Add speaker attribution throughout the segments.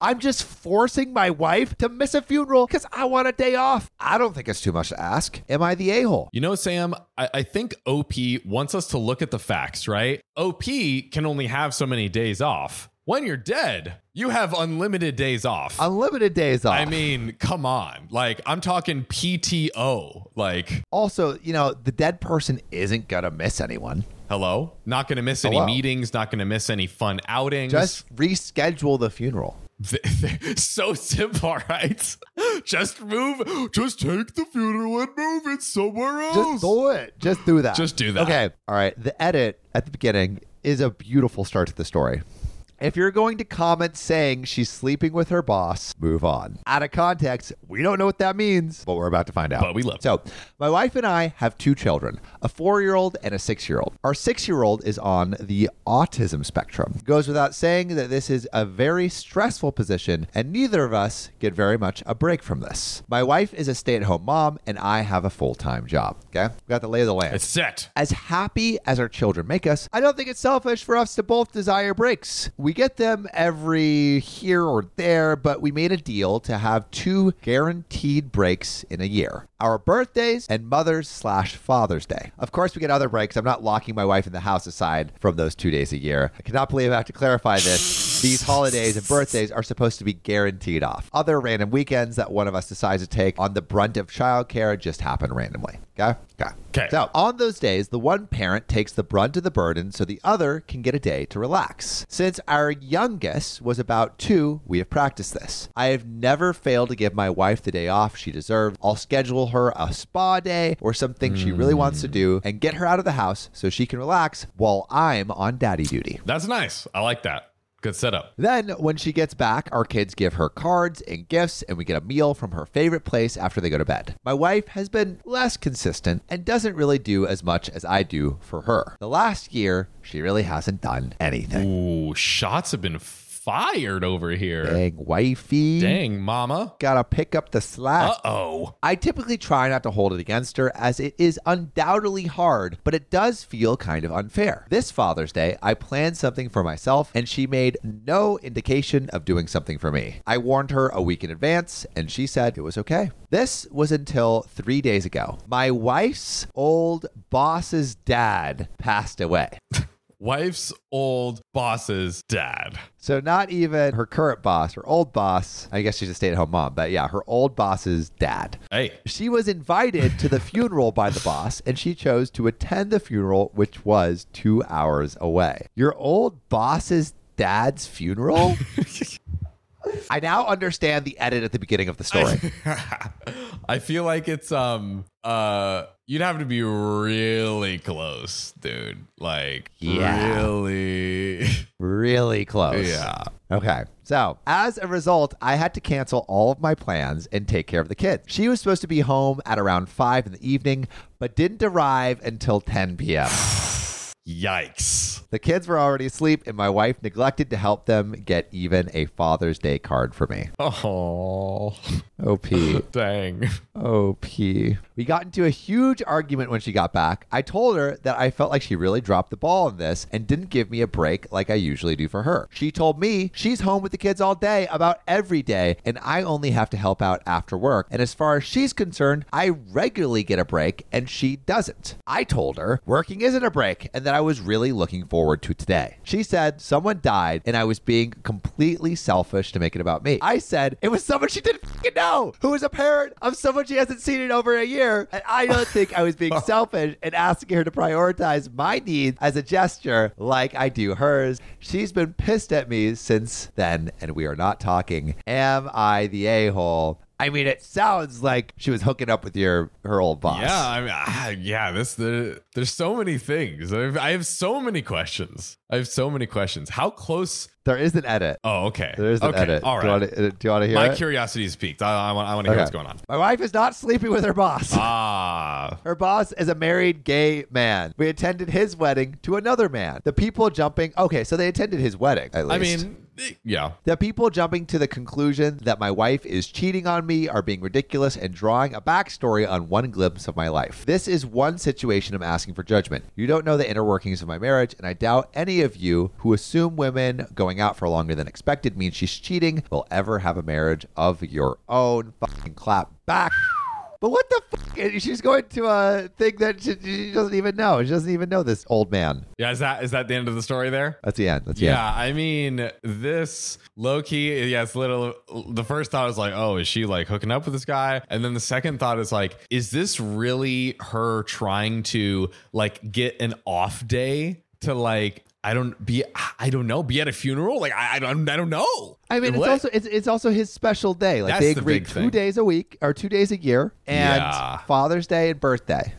Speaker 1: I'm just forcing my wife to miss a funeral because I want a day off. I don't think it's too much to ask. Am I the a hole?
Speaker 2: You know, Sam, I, I think OP wants us to look at the facts, right? OP can only have so many days off. When you're dead, you have unlimited days off.
Speaker 1: Unlimited days off.
Speaker 2: I mean, come on. Like, I'm talking PTO. Like,
Speaker 1: also, you know, the dead person isn't going to miss anyone.
Speaker 2: hello? Not going to miss
Speaker 1: Hello.
Speaker 2: any meetings, not going to miss any fun outings.
Speaker 1: Just reschedule the funeral.
Speaker 2: so simple, all right? Just move. Just take the funeral and move it somewhere else.
Speaker 1: Just do it. Just do that.
Speaker 2: Just do that.
Speaker 1: Okay. All right. The edit at the beginning is a beautiful start to the story. If you're going to comment saying she's sleeping with her boss, move on. Out of context, we don't know what that means, but we're about to find out.
Speaker 2: But we love it.
Speaker 1: So, my wife and I have two children, a four year old and a six year old. Our six year old is on the autism spectrum. Goes without saying that this is a very stressful position, and neither of us get very much a break from this. My wife is a stay at home mom, and I have a full time job. Okay? We got the lay of the land.
Speaker 2: it's set.
Speaker 1: As happy as our children make us, I don't think it's selfish for us to both desire breaks. We get them every here or there, but we made a deal to have two guaranteed breaks in a year our birthdays and Mother's slash Father's Day. Of course, we get other breaks. I'm not locking my wife in the house aside from those two days a year. I cannot believe I have to clarify this. These holidays and birthdays are supposed to be guaranteed off. Other random weekends that one of us decides to take on the brunt of childcare just happen randomly. Okay? Okay.
Speaker 2: 'Kay.
Speaker 1: So, on those days, the one parent takes the brunt of the burden so the other can get a day to relax. Since our youngest was about two, we have practiced this. I have never failed to give my wife the day off she deserved. I'll schedule her a spa day or something she really wants to do and get her out of the house so she can relax while I'm on daddy duty.
Speaker 2: That's nice. I like that. Good setup.
Speaker 1: Then, when she gets back, our kids give her cards and gifts, and we get a meal from her favorite place after they go to bed. My wife has been less consistent and doesn't really do as much as I do for her. The last year, she really hasn't done anything.
Speaker 2: Ooh, shots have been fired over here.
Speaker 1: Dang, wifey.
Speaker 2: Dang, mama.
Speaker 1: Gotta pick up the slack.
Speaker 2: Uh oh.
Speaker 1: I typically try not to hold it against her as it is undoubtedly hard, but it does feel kind of unfair. This Father's Day, I planned something for myself and she made no indication of doing something for me. I warned her a week in advance and she said it was okay. This was until three days ago. My wife's old boss's dad passed away.
Speaker 2: Wife's old boss's dad.
Speaker 1: So not even her current boss, her old boss, I guess she's a stay-at-home mom, but yeah, her old boss's dad.
Speaker 2: Hey,
Speaker 1: She was invited to the funeral by the boss, and she chose to attend the funeral, which was two hours away. Your old boss's dad's funeral? I now understand the edit at the beginning of the story.
Speaker 2: I feel like it's um uh you'd have to be really close, dude. Like
Speaker 1: Yeah.
Speaker 2: really
Speaker 1: really close.
Speaker 2: Yeah.
Speaker 1: Okay. So, as a result, I had to cancel all of my plans and take care of the kids. She was supposed to be home at around 5 in the evening, but didn't arrive until 10 p.m.
Speaker 2: Yikes.
Speaker 1: The kids were already asleep, and my wife neglected to help them get even a Father's Day card for me.
Speaker 2: Oh
Speaker 1: OP.
Speaker 2: dang.
Speaker 1: OP. We got into a huge argument when she got back. I told her that I felt like she really dropped the ball on this and didn't give me a break like I usually do for her. She told me she's home with the kids all day, about every day, and I only have to help out after work. And as far as she's concerned, I regularly get a break and she doesn't. I told her working isn't a break and that I was really looking forward to today. She said someone died and I was being completely selfish to make it about me. I said it was someone she didn't fing know who is a parent of someone she hasn't seen in over a year. And I don't think I was being selfish and asking her to prioritize my needs as a gesture like I do hers. She's been pissed at me since then and we are not talking. Am I the a hole? I mean, it sounds like she was hooking up with your her old boss.
Speaker 2: Yeah, I mean, ah, yeah. This the there's so many things. I've, I have so many questions. I have so many questions. How close?
Speaker 1: There is an edit.
Speaker 2: Oh, okay.
Speaker 1: There is an
Speaker 2: okay.
Speaker 1: edit.
Speaker 2: All
Speaker 1: Do you
Speaker 2: right.
Speaker 1: want to, do you want to hear
Speaker 2: My
Speaker 1: it?
Speaker 2: curiosity is piqued. I, I want. I want to hear
Speaker 1: Okay.
Speaker 2: what's going on. Oh,
Speaker 1: My wife is not sleeping with her boss.
Speaker 2: Ah,
Speaker 1: Her boss is a married gay man. We attended his wedding to another man. The people jumping. Okay, so they attended his wedding. At
Speaker 2: I
Speaker 1: least.
Speaker 2: mean, yeah.
Speaker 1: The people jumping to the conclusion that my wife is cheating on me are being ridiculous and drawing a backstory on one glimpse of my life. This is one situation I'm asking for judgment. You don't know the inner workings of my marriage, and I doubt any of you who assume women going out for longer than expected means she's cheating will ever have a marriage of your own. Fucking clap back. But what the fuck? She's going to a thing that she, she doesn't even know. She doesn't even know this old man.
Speaker 2: Yeah, is that is that the end of the story there?
Speaker 1: That's the end. That's the
Speaker 2: Yeah,
Speaker 1: end.
Speaker 2: I mean, this low key, yeah, it's little. The first thought is like, oh, is she like hooking up with this guy? And then the second thought is like, is this really her trying to like get an off day to like, I don't be, I don't know, be at a funeral? Like, I, I don't, I don't know.
Speaker 1: I mean,
Speaker 2: What?
Speaker 1: it's also it's, it's also his special day. Like
Speaker 2: That's
Speaker 1: they
Speaker 2: the
Speaker 1: agree
Speaker 2: big
Speaker 1: two
Speaker 2: thing.
Speaker 1: days a week or two days a year, and
Speaker 2: Yeah.
Speaker 1: Father's Day and birthday.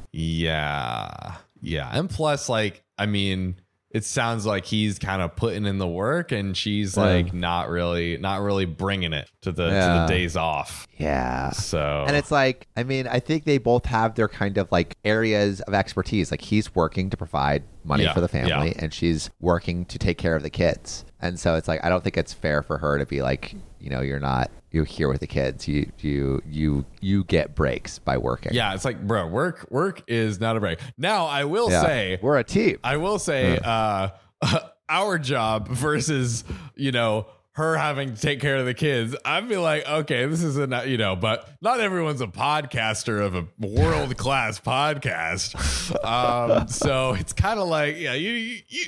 Speaker 2: Yeah. Yeah. And plus, like, I mean, it sounds like he's kind of putting in the work and she's
Speaker 1: Yeah.
Speaker 2: like not really not really bringing it to the
Speaker 1: Yeah.
Speaker 2: to the days off.
Speaker 1: Yeah.
Speaker 2: So
Speaker 1: And it's like, I mean, I think they both have their kind of like areas of expertise. Like he's working to provide money
Speaker 2: Yeah,
Speaker 1: for the family,
Speaker 2: yeah.
Speaker 1: and she's working to take care of the kids. And so it's like, I don't think it's fair for her to be like, you know, you're not you're here with the kids. You you you you get breaks by working.
Speaker 2: yeah, it's like, bro, work work is not a break. Now I will
Speaker 1: Yeah.
Speaker 2: say
Speaker 1: we're a team.
Speaker 2: I will say uh our job versus, you know, her having to take care of the kids, I'd be like, okay, this is a you know, but not everyone's a podcaster of a world class podcast, um, so it's kind of like, yeah, you you you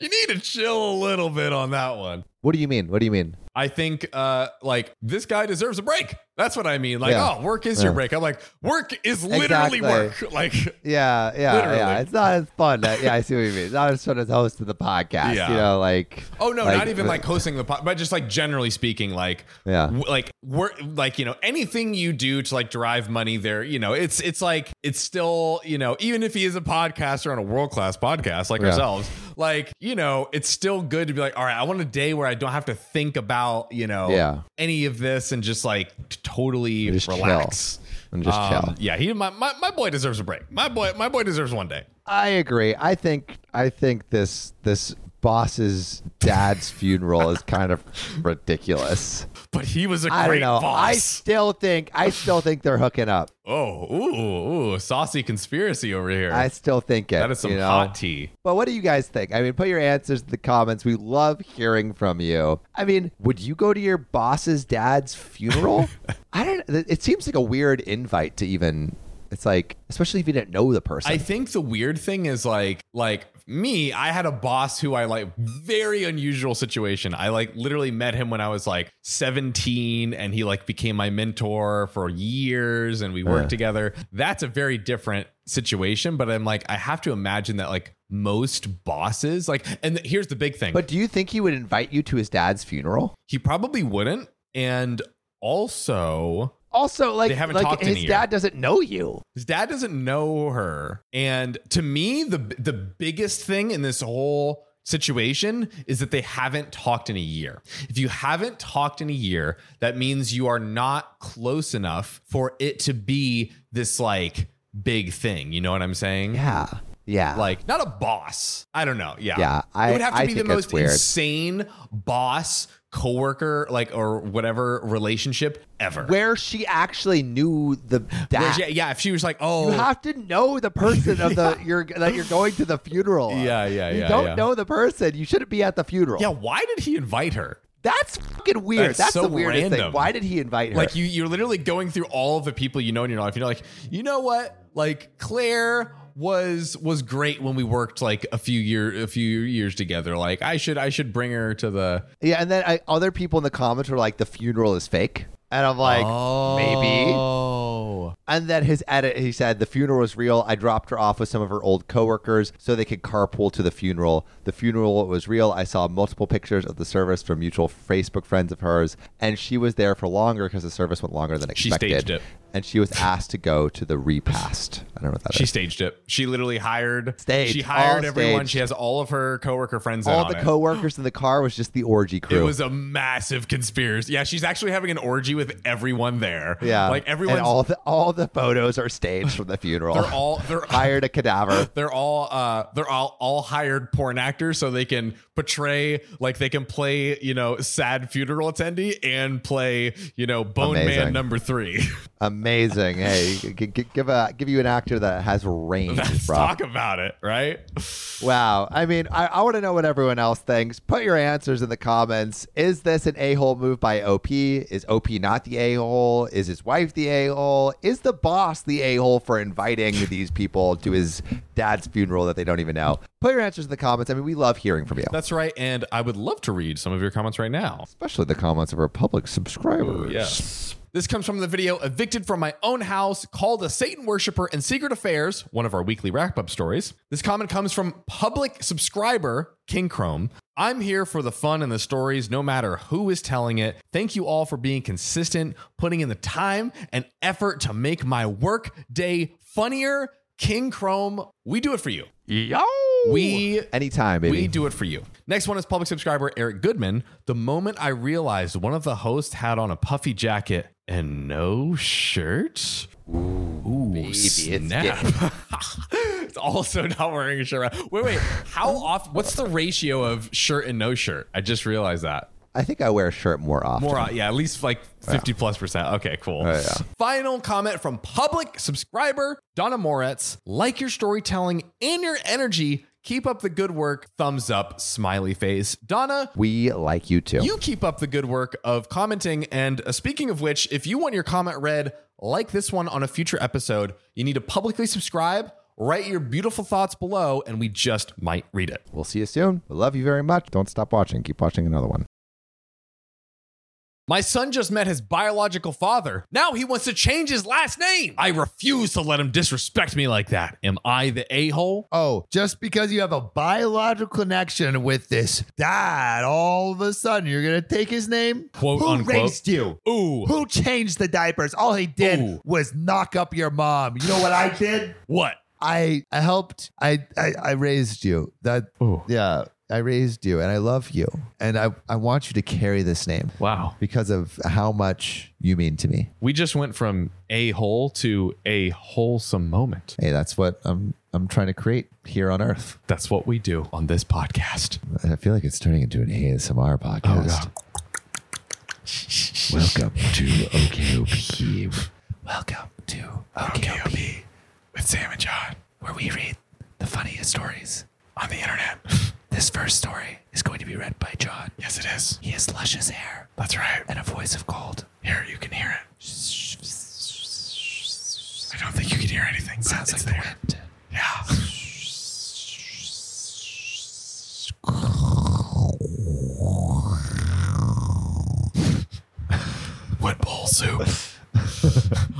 Speaker 2: you need to chill a little bit on that one.
Speaker 1: What do you mean? What do you mean?
Speaker 2: I think uh like this guy deserves a break. That's what I mean. Like,
Speaker 1: Yeah.
Speaker 2: oh, work is
Speaker 1: Yeah.
Speaker 2: your break. I'm like, work is literally
Speaker 1: Exactly.
Speaker 2: work. Like
Speaker 1: Yeah, yeah,
Speaker 2: Literally.
Speaker 1: yeah. It's not as fun. Uh, yeah, I see what you mean. It's not as fun as hosting the podcast.
Speaker 2: Yeah.
Speaker 1: You know, like
Speaker 2: Oh no,
Speaker 1: Like,
Speaker 2: not even
Speaker 1: uh,
Speaker 2: like hosting the pod, but just like generally speaking, like
Speaker 1: Yeah.
Speaker 2: w- like we're like you know anything you do to like derive money there, you know, it's it's like it's still you know even if he is a podcaster on a world class podcast like
Speaker 1: Yeah.
Speaker 2: ourselves, like you know, it's still good to be like, all right, I want a day where I don't have to think about you know
Speaker 1: Yeah.
Speaker 2: any of this and just like t- totally
Speaker 1: Just chill.
Speaker 2: relax.
Speaker 1: and just
Speaker 2: Um,
Speaker 1: chill.
Speaker 2: Yeah, he my, my my boy deserves a break. My boy my boy deserves one day.
Speaker 1: I agree. I think I think this this boss's dad's funeral is kind of ridiculous.
Speaker 2: But he was a great
Speaker 1: I don't know. I
Speaker 2: boss.
Speaker 1: still think I still think they're hooking up.
Speaker 2: Oh, ooh, ooh, saucy conspiracy over here.
Speaker 1: I still think it.
Speaker 2: that is some
Speaker 1: you know?
Speaker 2: hot tea.
Speaker 1: But what do you guys think? I mean, put your answers in the comments. We love hearing from you. I mean, would you go to your boss's dad's funeral? I don't. It seems like a weird invite to even. It's like, especially if you didn't know the person.
Speaker 2: I think the weird thing is like, like me, I had a boss who I like very unusual situation. I like literally met him when I was like 17 and he like became my mentor for years and we worked together. That's a very different situation, but I'm like, I have to imagine that like most bosses, like, and th- here's the big thing.
Speaker 1: but do you think he would invite you to his dad's funeral?
Speaker 2: he probably wouldn't. And also,
Speaker 1: Also, like,
Speaker 2: They haven't
Speaker 1: like
Speaker 2: talked in a
Speaker 1: his
Speaker 2: year.
Speaker 1: dad doesn't know you.
Speaker 2: His dad doesn't know her. And to me, the the biggest thing in this whole situation is that they haven't talked in a year. If you haven't talked in a year, that means you are not close enough for it to be this like big thing. You know what I'm saying?
Speaker 1: Yeah, yeah.
Speaker 2: Like not a boss. I don't know. Yeah.
Speaker 1: Yeah, I-
Speaker 2: it would have to
Speaker 1: I
Speaker 2: be the
Speaker 1: think that's
Speaker 2: most
Speaker 1: weird.
Speaker 2: insane boss coworker like or whatever relationship ever.
Speaker 1: where she actually knew the dad.
Speaker 2: yeah, yeah, if she was like, "Oh,
Speaker 1: You have to know the person of the you're that you're going to the funeral. of.
Speaker 2: Yeah, yeah,
Speaker 1: You
Speaker 2: yeah,
Speaker 1: don't
Speaker 2: yeah.
Speaker 1: know the person. You shouldn't be at the funeral.
Speaker 2: Yeah, why did he invite her?
Speaker 1: That's fucking weird.
Speaker 2: That's
Speaker 1: That's,
Speaker 2: so
Speaker 1: the weirdest
Speaker 2: random.
Speaker 1: thing. Why did he invite her?
Speaker 2: Like you you're literally going through all of the people you know in your life. You're like, you know what? Like Claire was was great when we worked like a few year a few years together. Like I should I should bring her to the
Speaker 1: yeah, and then I, other people in the comments were like, "The funeral is fake," and I'm like, "Maybe."
Speaker 2: Oh.
Speaker 1: And then his edit, he said, "The funeral is real. I dropped her off with some of her old coworkers so they could carpool to the funeral. The funeral was real. I saw multiple pictures of the service from mutual Facebook friends of hers, and she was there for longer because the service went longer than
Speaker 2: She
Speaker 1: expected.
Speaker 2: staged it.
Speaker 1: and she was asked to go to the repast. I don't know what that is.
Speaker 2: She staged it. She literally hired
Speaker 1: Staged.
Speaker 2: She hired
Speaker 1: All
Speaker 2: everyone.
Speaker 1: staged.
Speaker 2: She has all of her coworker friends in
Speaker 1: All
Speaker 2: on
Speaker 1: the
Speaker 2: it.
Speaker 1: coworkers in the car was just the orgy
Speaker 2: It
Speaker 1: crew.
Speaker 2: was a massive conspiracy. Yeah, she's actually having an orgy with everyone there.
Speaker 1: Yeah,
Speaker 2: like everyone,
Speaker 1: and all the all all the photos are staged from the funeral.
Speaker 2: They're all they're
Speaker 1: hired a cadaver.
Speaker 2: they're all uh they're all all hired porn actors so they can portray like they can play you know sad funeral attendee and play you know bone
Speaker 1: Amazing.
Speaker 2: man number three
Speaker 1: Amazing. Hey, g- g- give a give you an actor that has range,
Speaker 2: let's
Speaker 1: bro.
Speaker 2: talk about it right
Speaker 1: Wow. I mean, I, I want to know what everyone else thinks. Put your answers in the comments. Is this an a hole move by OP? Is OP not the a hole? Is his wife the a hole? Is the boss the a hole for inviting these people to his dad's funeral that they don't even know? Put your answers in the comments. I mean, we love hearing from you,
Speaker 2: that's right and i would love to read some of your comments right now
Speaker 1: especially the comments of our public subscribers.
Speaker 2: Yes. This comes from the video Evicted from My Own House, Called a Satan Worshipper in Secret Affairs, one of our weekly wrap up stories. This comment comes from public subscriber King Chrome. I'm here for the fun and the stories, no matter who is telling it. Thank you all for being consistent, putting in the time and effort to make my work day funnier. King Chrome, we do it for you.
Speaker 1: Yo.
Speaker 2: We
Speaker 1: Anytime, baby.
Speaker 2: we do it for you. Next one is public subscriber Eric Goodman. The moment I realized one of the hosts had on a puffy jacket and no shirt. Ooh, snap. it's also not wearing a shirt. Wait, wait. How off? What's the ratio of shirt and no shirt? I just realized that.
Speaker 1: I think I wear a shirt more often.
Speaker 2: More, uh, yeah, at least like 50 plus percent. Okay, cool.
Speaker 1: yeah.
Speaker 2: Final comment from public subscriber Donna Moretz. Like your storytelling and your energy. Keep up the good work. Thumbs up, smiley face. Donna,
Speaker 1: We like you too.
Speaker 2: you keep up the good work of commenting. And uh, speaking of which, if you want your comment read like this one on a future episode, you need to publicly subscribe, write your beautiful thoughts below, and we just might read it.
Speaker 1: we'll see you soon. We love you very much. Don't stop watching. Keep watching another one.
Speaker 2: My son just met his biological father. Now he wants to change his last name. I refuse to let him disrespect me like that. Am I the a hole?
Speaker 3: Oh, just because you have a biological connection with this dad, all of a sudden you're gonna take his name?
Speaker 2: Quote,
Speaker 3: Who
Speaker 2: unquote.
Speaker 3: raised you?
Speaker 2: Ooh,
Speaker 3: Who changed the diapers? All he did
Speaker 2: Ooh.
Speaker 3: was knock up your mom. You know what I did?
Speaker 2: what?
Speaker 3: I I helped. I I, I raised you. That
Speaker 2: Ooh.
Speaker 3: yeah. I raised you and I love you. And I, I want you to carry this name
Speaker 2: Wow.
Speaker 3: because of how much you mean to me.
Speaker 2: We just went from a hole to a wholesome moment.
Speaker 3: Hey, that's what I'm I'm trying to create here on earth.
Speaker 2: That's what we do on this podcast.
Speaker 3: I feel like it's turning into an ASMR
Speaker 2: Oh,
Speaker 3: podcast. Welcome to OKOP. Welcome to OKOP with Sam and John, where we read the funniest stories on the internet. This first story is going to be read by John.
Speaker 2: Yes, it is.
Speaker 3: He has luscious hair
Speaker 2: That's right.
Speaker 3: and a voice of gold.
Speaker 2: Here, you can hear it. I don't think you can hear anything. Sounds like there. Yeah. Wood bowl soup.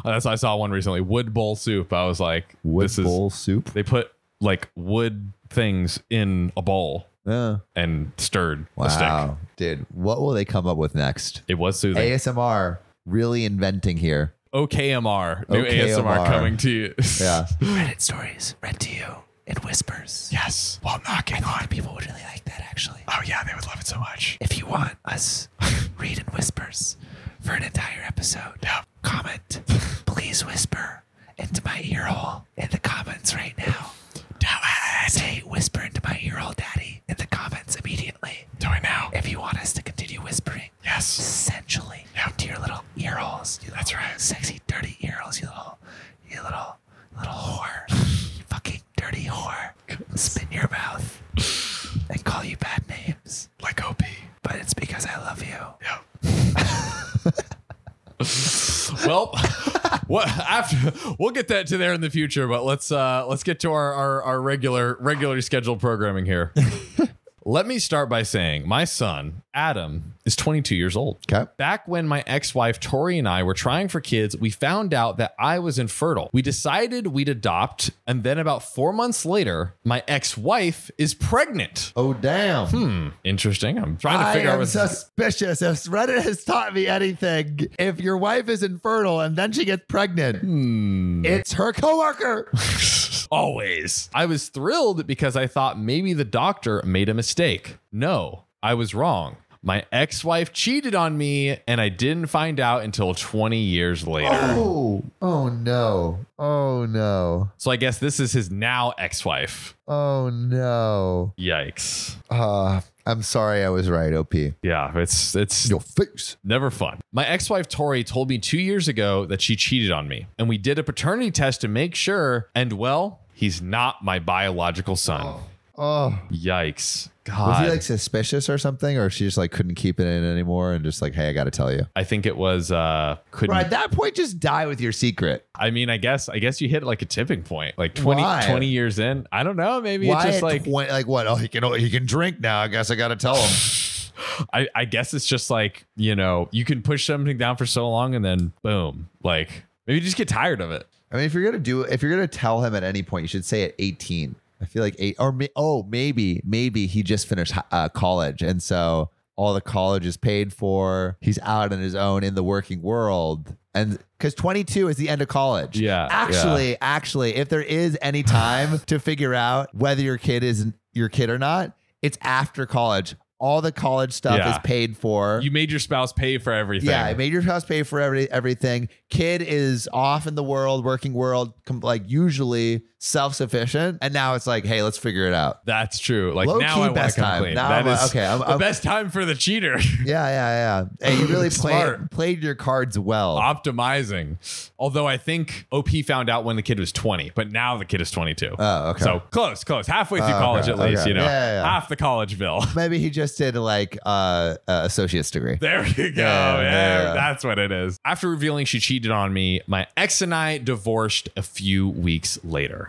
Speaker 2: That's I saw one recently. Wood bowl soup. I was like, this is
Speaker 3: soup.
Speaker 2: they put like wood things in a bowl and stirred the stick.
Speaker 3: Ah. wow, dude, what will they come up with next?
Speaker 2: It was soothing.
Speaker 3: ASMR really inventing here.
Speaker 2: OKMR. New
Speaker 3: OKMR.
Speaker 2: ASMR coming to you.
Speaker 3: Yeah.
Speaker 4: Reddit stories read to you in whispers.
Speaker 2: yes. While knocking on.
Speaker 4: People would really like that, actually.
Speaker 2: Oh, yeah. They would love it so much.
Speaker 4: If you want us read in whispers for an entire episode, comment. Please whisper into my ear hole in the comments right now. Say whisper into my ear hole, Daddy, in the comments immediately.
Speaker 2: Do it now.
Speaker 4: If you want us to continue whispering,
Speaker 2: Yes.
Speaker 4: essentially, into your little ear holes. You That's right. Sexy, dirty ear holes, you little, you little, little whore. you fucking dirty whore. Spit in your mouth and call you bad names.
Speaker 2: Like OP.
Speaker 4: But it's because I love you.
Speaker 2: Well, what after we'll get that to there in the future, but let's uh let's get to our our, our regular regularly scheduled programming here. Let me start by saying my son, Adam, is 22 years old.
Speaker 3: Okay.
Speaker 2: Back when my ex wife Tori and I were trying for kids, we found out that I was infertile. We decided we'd adopt, and then about four months later, my ex wife is pregnant.
Speaker 3: Oh damn.
Speaker 2: Hmm, interesting. I'm trying to
Speaker 3: I
Speaker 2: figure out
Speaker 3: am
Speaker 2: what's
Speaker 3: suspicious. If Reddit has taught me anything, if your wife is infertile and then she gets pregnant, it's her coworker.
Speaker 2: Always. I was thrilled because I thought maybe the doctor made a mistake. No, I was wrong. My ex wife cheated on me, and I didn't find out until 20 years later.
Speaker 1: Oh, oh no. Oh no.
Speaker 2: So I guess this is his now ex wife.
Speaker 1: Oh no.
Speaker 2: Yikes.
Speaker 1: Uh, I'm sorry I was right, OP.
Speaker 2: Yeah, it's it's
Speaker 1: Your face.
Speaker 2: Never fun. My ex wife Tori told me two years ago that she cheated on me, and we did a paternity test to make sure. And well, he's not my biological son.
Speaker 1: Oh.
Speaker 2: Yikes.
Speaker 1: Was
Speaker 2: God.
Speaker 1: he like suspicious or something? Or she just like couldn't keep it in anymore and just like, hey, I gotta tell you.
Speaker 2: I think it was uh couldn't
Speaker 1: Right at that point, just die with your secret.
Speaker 2: I mean I guess I guess you hit like a tipping point. Like 20,
Speaker 1: Why?
Speaker 2: 20 years in. I don't know, maybe it's just
Speaker 1: at
Speaker 2: like
Speaker 1: 20 like what? Oh, he can oh, he can drink now. I guess I gotta tell him.
Speaker 2: I, I guess it's just like, you know, you can push something down for so long and then boom. Like maybe you just get tired of it.
Speaker 1: I mean, if you're gonna do, if you're gonna tell him at any point, you should say at 18. I feel like eight, or may, oh, maybe, maybe he just finished hi- uh, college, and so all the college is paid for. He's out on his own in the working world, and because 22 is the end of college.
Speaker 2: Yeah,
Speaker 1: actually, actually, if there is any time to figure out whether your kid is your kid or not, it's after college. All the college stuff
Speaker 2: Yeah.
Speaker 1: is paid for.
Speaker 2: You made your spouse pay for everything.
Speaker 1: Yeah, I made your house pay for every, everything. Kid is off in the world, working world, com- like usually self sufficient. And now it's like, hey, let's figure it out.
Speaker 2: That's true. Like
Speaker 1: Low
Speaker 2: now
Speaker 1: key
Speaker 2: I want
Speaker 1: best
Speaker 2: to
Speaker 1: time.
Speaker 2: complain.
Speaker 1: Now
Speaker 2: That
Speaker 1: I'm like,
Speaker 2: is
Speaker 1: okay, I'm-
Speaker 2: the
Speaker 1: I'm-
Speaker 2: best time for the cheater.
Speaker 1: Yeah, yeah, yeah. And you really played
Speaker 2: Smart.
Speaker 1: played your cards well.
Speaker 2: Optimizing. Although I think OP found out when the kid was 20, but now the kid is 22.
Speaker 1: Oh, okay.
Speaker 2: So close, close. Halfway through
Speaker 1: Oh,
Speaker 2: college
Speaker 1: okay,
Speaker 2: at least,
Speaker 1: okay.
Speaker 2: you know.
Speaker 1: Yeah, yeah, yeah.
Speaker 2: Half the college bill.
Speaker 1: Maybe he just did like uh, uh associate's degree.
Speaker 2: There we go.
Speaker 1: Yeah,
Speaker 2: Yeah,
Speaker 1: yeah.
Speaker 2: That's what it is. After revealing she cheated on me, my ex and I divorced a few weeks later.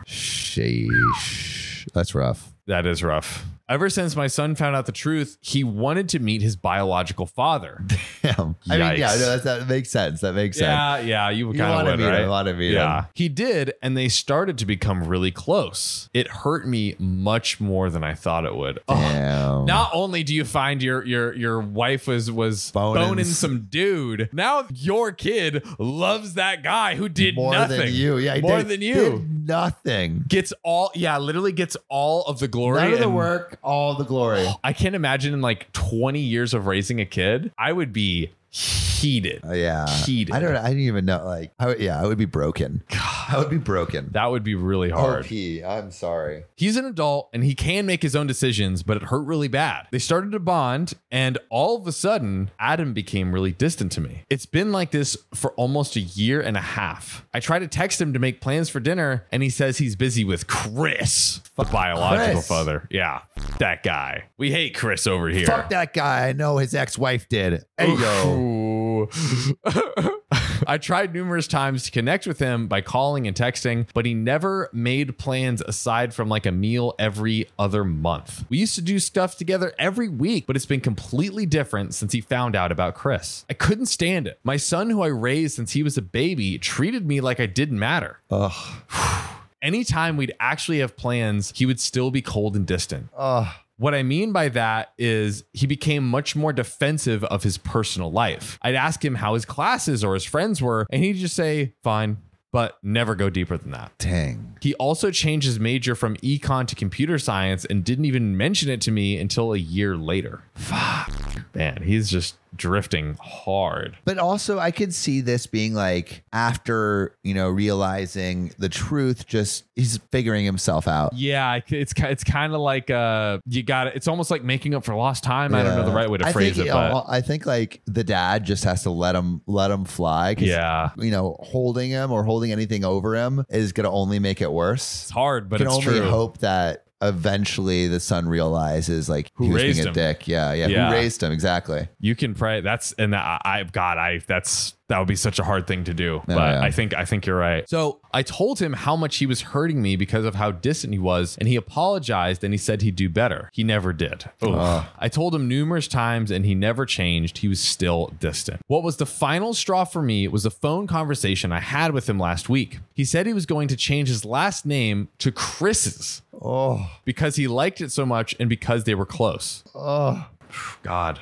Speaker 1: Sheesh. That's rough.
Speaker 2: That is rough. Ever since my son found out the truth, he wanted to meet his biological father.
Speaker 1: Damn. I mean, yeah,
Speaker 2: Yikes.
Speaker 1: no, that's, that makes sense. That makes sense.
Speaker 2: Yeah, yeah, you kind
Speaker 1: wanna
Speaker 2: of would,
Speaker 1: meet him,
Speaker 2: right?
Speaker 1: wanna meet
Speaker 2: yeah,
Speaker 1: him.
Speaker 2: he did, and they started to become really close. It hurt me much more than I thought it would. Oh,
Speaker 1: Damn.
Speaker 2: Not only do you find your your your wife was was
Speaker 1: Boning
Speaker 2: boning,
Speaker 1: s-
Speaker 2: some dude, now your kid loves that guy who did
Speaker 1: more
Speaker 2: nothing.
Speaker 1: than you. Yeah, he
Speaker 2: more
Speaker 1: did-
Speaker 2: than you.
Speaker 1: Did nothing.
Speaker 2: Gets all yeah, literally gets all of the glory.
Speaker 1: None of the
Speaker 2: and-
Speaker 1: work, all the glory.
Speaker 2: I can't imagine in like 20 years of raising a kid, I would be heated.
Speaker 1: Uh, yeah.
Speaker 2: Heated.
Speaker 1: I don't I didn't even know. Like, I would, yeah, I would be broken. I would be broken.
Speaker 2: That would be really hard.
Speaker 1: OP, I'm sorry.
Speaker 2: He's an adult and he can make his own decisions, but it hurt really bad. They started to bond, and all of a sudden, Adam became really distant to me. It's been like this for almost a year and a half. I try to text him to make plans for dinner, and he says he's busy with Chris, the biological
Speaker 1: Chris.
Speaker 2: father. Yeah, f- that guy. We hate Chris over here.
Speaker 1: Fuck that guy. I know his ex-wife did. Hey yo.
Speaker 2: Ooh. I tried numerous times to connect with him by calling and texting, but he never made plans aside from like a meal every other month. We used to do stuff together every week, but it's been completely different since he found out about Chris. I couldn't stand it. My son, who I raised since he was a baby, treated me like I didn't matter.
Speaker 1: Ugh.
Speaker 2: Anytime we'd actually have plans, he would still be cold and distant.
Speaker 1: Ugh.
Speaker 2: What I mean by that is he became much more defensive of his personal life. I'd ask him how his classes or his friends were, and he'd just say, fine, but never go deeper than that.
Speaker 1: Dang.
Speaker 2: He also changed his major from econ to computer science and didn't even mention it to me until a year later. Fuck. Man, he's just drifting hard.
Speaker 1: But also I could see this being like after, you know, realizing the truth, just he's figuring himself out.
Speaker 2: Yeah, I c- it's ki- it's kind of like uh, you got It's almost like making up for lost time. I don't know the
Speaker 1: Yeah.
Speaker 2: right way to
Speaker 1: I
Speaker 2: phrase
Speaker 1: think,
Speaker 2: it, but
Speaker 1: I think like the dad just has to let him let him fly. 'cause,
Speaker 2: yeah,
Speaker 1: You know, holding him or holding anything over him is gonna only make it worse.
Speaker 2: it's hard, but
Speaker 1: can
Speaker 2: it's
Speaker 1: only
Speaker 2: true.
Speaker 1: hope that eventually the son realizes like
Speaker 2: Who
Speaker 1: he was
Speaker 2: raised
Speaker 1: being a
Speaker 2: him.
Speaker 1: dick. Yeah, yeah,
Speaker 2: Yeah.
Speaker 1: Who raised him exactly?
Speaker 2: you can pray that's and I, I god i that's that would be such a hard thing to do but
Speaker 1: yeah.
Speaker 2: i think i think you're right so i told him how much he was hurting me because of how distant he was and he apologized and he said he'd do better he never did Oof. i told him numerous times and he never changed he was still distant what was the final straw for me was a phone conversation i had with him last week he said he was going to change his last name to chris's
Speaker 1: Oh,
Speaker 2: because he liked it so much and because they were close
Speaker 1: oh,
Speaker 2: God.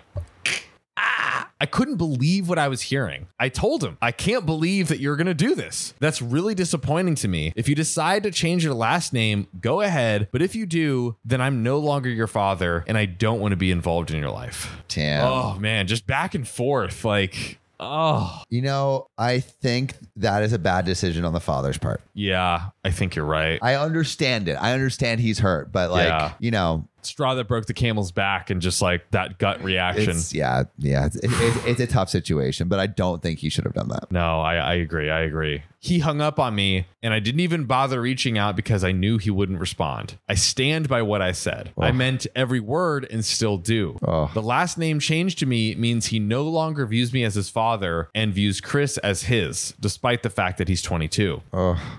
Speaker 2: Ah. I couldn't believe what I was hearing. I told him, I can't believe that you're going to do this. That's really disappointing to me. If you decide to change your last name, go ahead. But if you do, then I'm no longer your father and I don't want to be involved in your life.
Speaker 1: Tim.
Speaker 2: Oh, man. Just back and forth. Like, oh,
Speaker 1: You know, I think that is a bad decision on the father's part.
Speaker 2: yeah, I think you're right.
Speaker 1: I understand it. I understand he's hurt, but like,
Speaker 2: Yeah.
Speaker 1: you know,
Speaker 2: Straw that broke the camel's back and just like that gut reaction.
Speaker 1: it's yeah, yeah, it's, it, it's, it's a tough situation, but I don't think he should have done that.
Speaker 2: No, I, I agree. I agree. He hung up on me and I didn't even bother reaching out because I knew he wouldn't respond. I stand by what I said. I meant every word and still do. The last name change to me means he no longer views me as his father and views Chris as his, despite the fact that he's 22.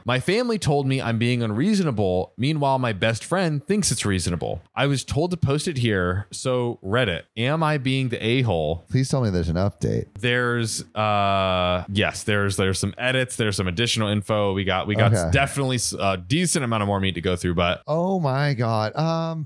Speaker 2: My family told me I'm being unreasonable. Meanwhile, my best friend thinks it's reasonable. I was told to post it here. So, Reddit, am I being the a hole?
Speaker 1: Please tell me there's an update.
Speaker 2: there's uh yes there's there's some edits there's some additional info we got we got
Speaker 1: Okay.
Speaker 2: definitely a decent amount of more meat to go through but
Speaker 1: Oh my god. Um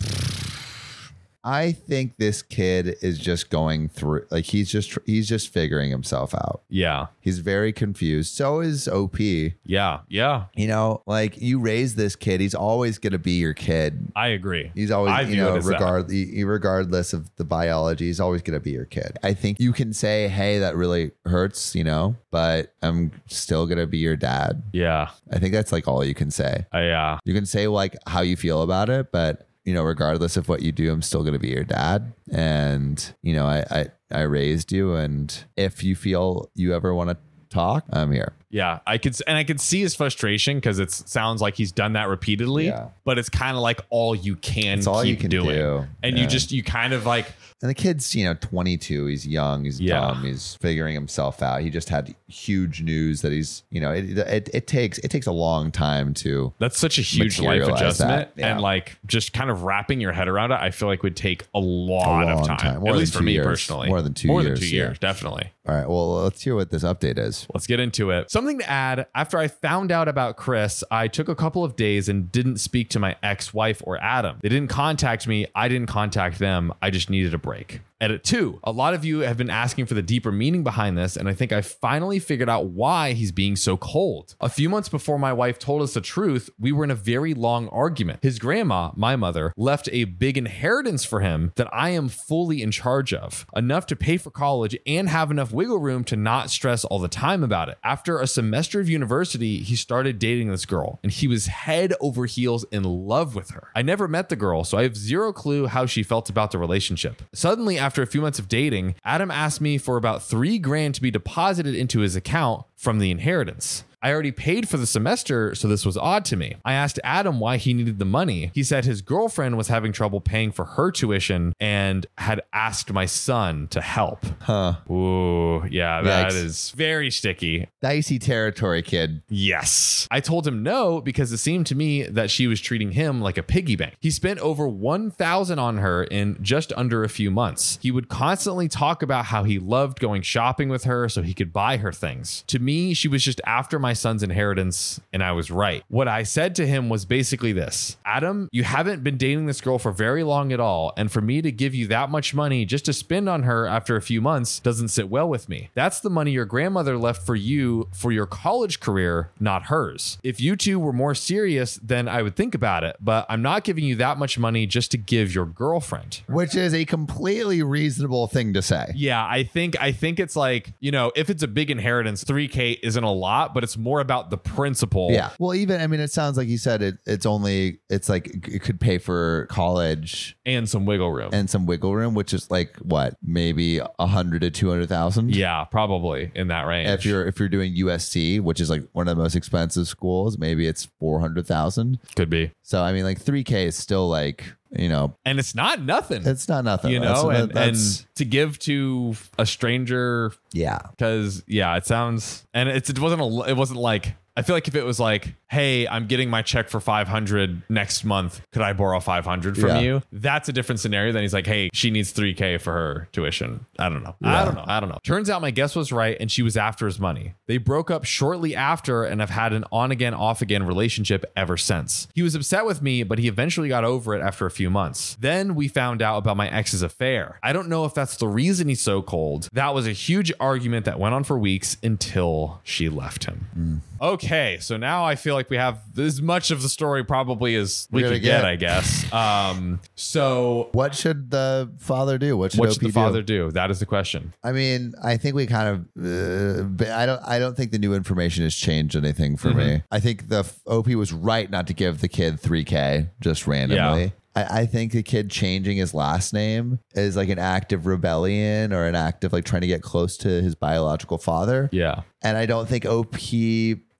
Speaker 1: I think this kid is just going through like he's just tr- he's just figuring himself out.
Speaker 2: yeah
Speaker 1: He's very confused. So is OP. You
Speaker 2: yeah yeah
Speaker 1: know, like you raise this kid, he's always going to be your kid.
Speaker 2: i agree
Speaker 1: He's always,
Speaker 2: I
Speaker 1: you
Speaker 2: view it
Speaker 1: know,
Speaker 2: as that.
Speaker 1: regard, e- e- regardless of the biology, he's always going to be your kid. I think you can say, hey, that really hurts, you know, but I'm still going to be your dad.
Speaker 2: yeah
Speaker 1: I think that's like all you can say.
Speaker 2: I, uh, yeah
Speaker 1: You can say like how you feel about it, but you know, regardless of what you do, I'm still gonna be your dad. And, you know, I I, I raised you and if you feel you ever wanna talk, I'm here.
Speaker 2: yeah i could s- and i could see his frustration because it sounds like he's done that repeatedly
Speaker 1: Yeah.
Speaker 2: but it's kind of like all you can
Speaker 1: It's all
Speaker 2: keep
Speaker 1: you can
Speaker 2: doing
Speaker 1: do.
Speaker 2: and you
Speaker 1: Yeah.
Speaker 2: just you kind of like
Speaker 1: And the kid's, you know, 22. He's young. He's
Speaker 2: Yeah.
Speaker 1: dumb. He's figuring himself out. He just had huge news that he's, you know, it, it, it takes it takes a long time to
Speaker 2: That's such a huge life
Speaker 1: Materialize
Speaker 2: adjustment,
Speaker 1: that, yeah.
Speaker 2: and like just kind of wrapping your head around it, I feel like would take a lot
Speaker 1: long
Speaker 2: of time.
Speaker 1: time. More
Speaker 2: At
Speaker 1: than
Speaker 2: least for
Speaker 1: two
Speaker 2: me
Speaker 1: years.
Speaker 2: personally,
Speaker 1: More than two
Speaker 2: more
Speaker 1: years,
Speaker 2: than two
Speaker 1: yeah.
Speaker 2: years, definitely.
Speaker 1: all right, well, let's hear what this update is.
Speaker 2: Let's get into it. Something to add after I found out about Chris, I took a couple of days and didn't speak to my ex wife or Adam. They didn't contact me. I didn't contact them. I just needed a break. Edit two. A lot of you have been asking for the deeper meaning behind this, and I think I finally figured out why he's being so cold. A few months before my wife told us the truth, we were in a very long argument. His grandma, my mother, left a big inheritance for him that I am fully in charge of, enough to pay for college and have enough wiggle room to not stress all the time about it. After a semester of university, he started dating this girl and he was head over heels in love with her. I never met the girl, so I have zero clue how she felt about the relationship. Suddenly, after a few months of dating, Adam asked me for about three grand to be deposited into his account from the inheritance. I already paid for the semester, so this was odd to me. I asked Adam why he needed the money. He said his girlfriend was having trouble paying for her tuition and had asked my son to help.
Speaker 1: Huh.
Speaker 2: Ooh, yeah, that
Speaker 1: Yikes.
Speaker 2: is very sticky.
Speaker 1: Dicey territory, kid.
Speaker 2: Yes. I told him no because it seemed to me that she was treating him like a piggy bank. He spent over 1000 on her in just under a few months. He would constantly talk about how he loved going shopping with her so he could buy her things. To me, she was just after my son's inheritance and I was right. What I said to him was basically this. Adam, you haven't been dating this girl for very long at all and for me to give you that much money just to spend on her after a few months doesn't sit well with me. That's the money your grandmother left for you for your college career, not hers. If you two were more serious, then I would think about it, but I'm not giving you that much money just to give your girlfriend.
Speaker 1: Which is a completely reasonable thing to say.
Speaker 2: Yeah, I think I think it's like, you know, if it's a big inheritance, 3k isn't a lot, but it's more about the principle.
Speaker 1: Yeah. Well, even I mean, it sounds like you said it. It's only it's like it could pay for college
Speaker 2: And some wiggle room.
Speaker 1: and some wiggle room, which is like what maybe a hundred to two hundred thousand.
Speaker 2: yeah, probably in that range.
Speaker 1: If you're if you're doing USC, which is like one of the most expensive schools, maybe it's four hundred thousand.
Speaker 2: could be.
Speaker 1: So I mean, like three K is still like you know,
Speaker 2: And it's not nothing.
Speaker 1: it's not nothing.
Speaker 2: you
Speaker 1: That's-
Speaker 2: know,
Speaker 1: that-
Speaker 2: and,
Speaker 1: that's-
Speaker 2: and to give to a stranger
Speaker 1: yeah,
Speaker 2: because yeah, it sounds and it's it wasn't a, it wasn't like I feel like if it was like hey, I'm getting my check for 500 next month. Could I borrow 500 from
Speaker 1: Yeah.
Speaker 2: you? That's a different scenario than he's like, hey, she needs 3K for her tuition. I don't know. I don't know. I don't know. Turns out my guess was right and she was after his money. They broke up shortly after and have had an on again, off again relationship ever since. He was upset with me, but he eventually got over it after a few months. Then we found out about my ex's affair. I don't know if that's the reason he's so cold. That was a huge argument that went on for weeks until she left him. Okay, so now I feel like we have as much of the story probably as we
Speaker 1: We're gonna
Speaker 2: could get, I guess. Um, so
Speaker 1: What should the father do? What should,
Speaker 2: what should
Speaker 1: OP
Speaker 2: the
Speaker 1: do?
Speaker 2: father do? That is the question.
Speaker 1: I mean, I think we kind of, uh, but I don't, I don't think the new information has changed anything for me.
Speaker 2: Mm-hmm.
Speaker 1: I think the f- OP was right not to give the kid 3K just randomly.
Speaker 2: Yeah.
Speaker 1: I, I think the kid changing his last name is like an act of rebellion or an act of like trying to get close to his biological father.
Speaker 2: Yeah.
Speaker 1: And I don't think OP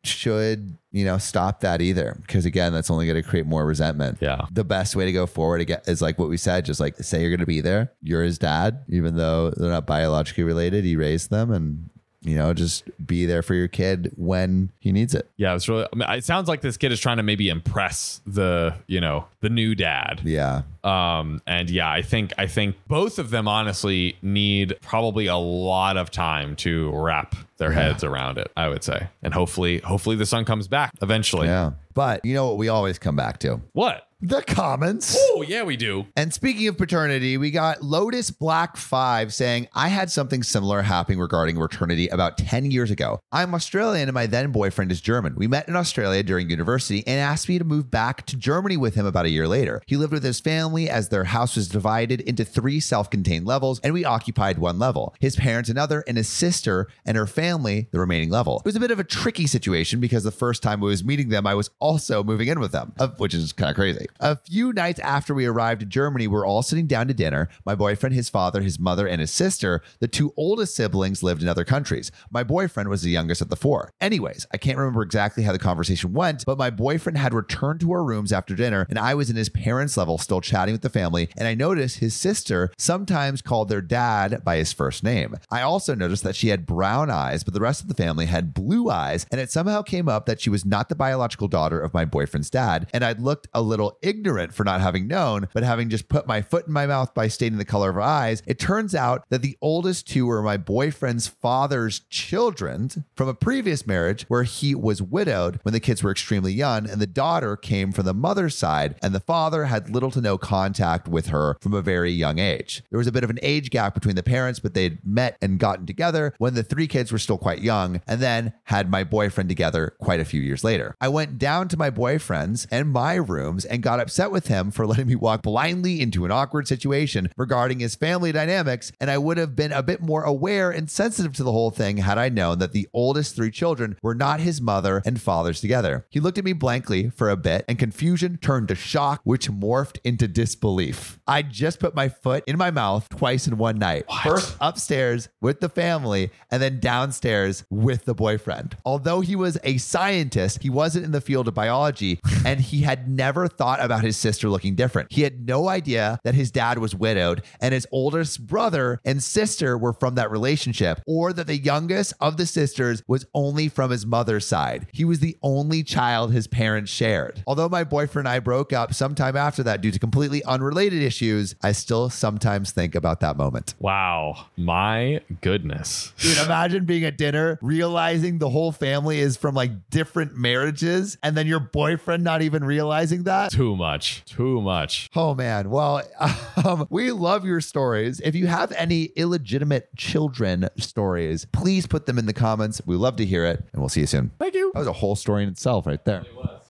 Speaker 1: should, you know, stop that either. Because again, that's only going to create more resentment.
Speaker 2: Yeah.
Speaker 1: The best way to go forward again is like what we said, just like say you're going to be there. You're his dad, even though they're not biologically related. He raised them and, you know, just be there for your kid when he needs it.
Speaker 2: Yeah, it's really. I mean, it sounds like this kid is trying to maybe impress the, you know, the new dad.
Speaker 1: Yeah.
Speaker 2: Um, and yeah, I think I think both of them honestly need probably a lot of time to wrap their heads around it. I would say, and hopefully, hopefully the sun comes back eventually.
Speaker 1: Yeah. But you know what we always come back to?
Speaker 2: What?
Speaker 1: The comments.
Speaker 2: Oh yeah, we do.
Speaker 1: And speaking of paternity, we got Lotus Black 5 saying, I had something similar happening regarding paternity about 10 years ago. I'm Australian and my then boyfriend is German. We met in Australia during university and asked me to move back to Germany with him about a year later. He lived with his family as their house was divided into three self contained levels and we occupied one level. His parents another, and his sister and her family the remaining level. It was a bit of a tricky situation because the first time I was meeting them, I was also moving in with them, uh, which is kind of crazy. A few nights after we arrived in Germany, we're all sitting down to dinner. My boyfriend, his father, his mother, and his sister, the two oldest siblings, lived in other countries. My boyfriend was the youngest of the four. Anyways, I can't remember exactly how the conversation went, but my boyfriend had returned to our rooms after dinner, and I was in his parents' level still chatting with the family, and I noticed his sister sometimes called their dad by his first name. I also noticed that she had brown eyes, but the rest of the family had blue eyes, and it somehow came up that she was not the biological daughter of my boyfriend's dad, and I'd looked a little ignorant for not having known, but having just put my foot in my mouth by stating the color of her eyes, it turns out that the oldest two were my boyfriend's father's children from a previous marriage where he was widowed when the kids were extremely young, and the daughter came from the mother's side, and the father had little to no contact with her from a very young age. There was a bit of an age gap between the parents, but they'd met and gotten together when the three kids were still quite young, and then had my boyfriend together quite a few years later. I went down to my boyfriend's and my rooms and got upset with him for letting me walk blindly into an awkward situation regarding his family dynamics, and I would have been a bit more aware and sensitive to the whole thing had I known that the oldest three children were not his mother and father's together. He looked at me blankly for a bit, and confusion turned to shock, which morphed into disbelief. I just put my foot in my mouth twice in one night. First upstairs with the family, and then downstairs with the boyfriend. Although he was a scientist, he wasn't in the field of biology, and he had never thought about his sister looking different. He had no idea that his dad was widowed, and his oldest brother and sister were from that relationship, or that the youngest of the sisters was only from his mother's side. He was the only child his parents shared. Although my boyfriend and I broke up sometime after that due to completely unrelated issues, I still sometimes think about that moment.
Speaker 2: Wow, my goodness.
Speaker 1: Dude, imagine being at dinner, realizing the whole family is from like different marriages, and then your boyfriend not even realizing that.
Speaker 2: Too much. Too much.
Speaker 1: Oh man. Well, um, we love your stories. If you have any illegitimate children stories, please put them in the comments. We love to hear it, and we'll see you soon.
Speaker 2: Thank you.
Speaker 1: That was a whole story in itself, right there.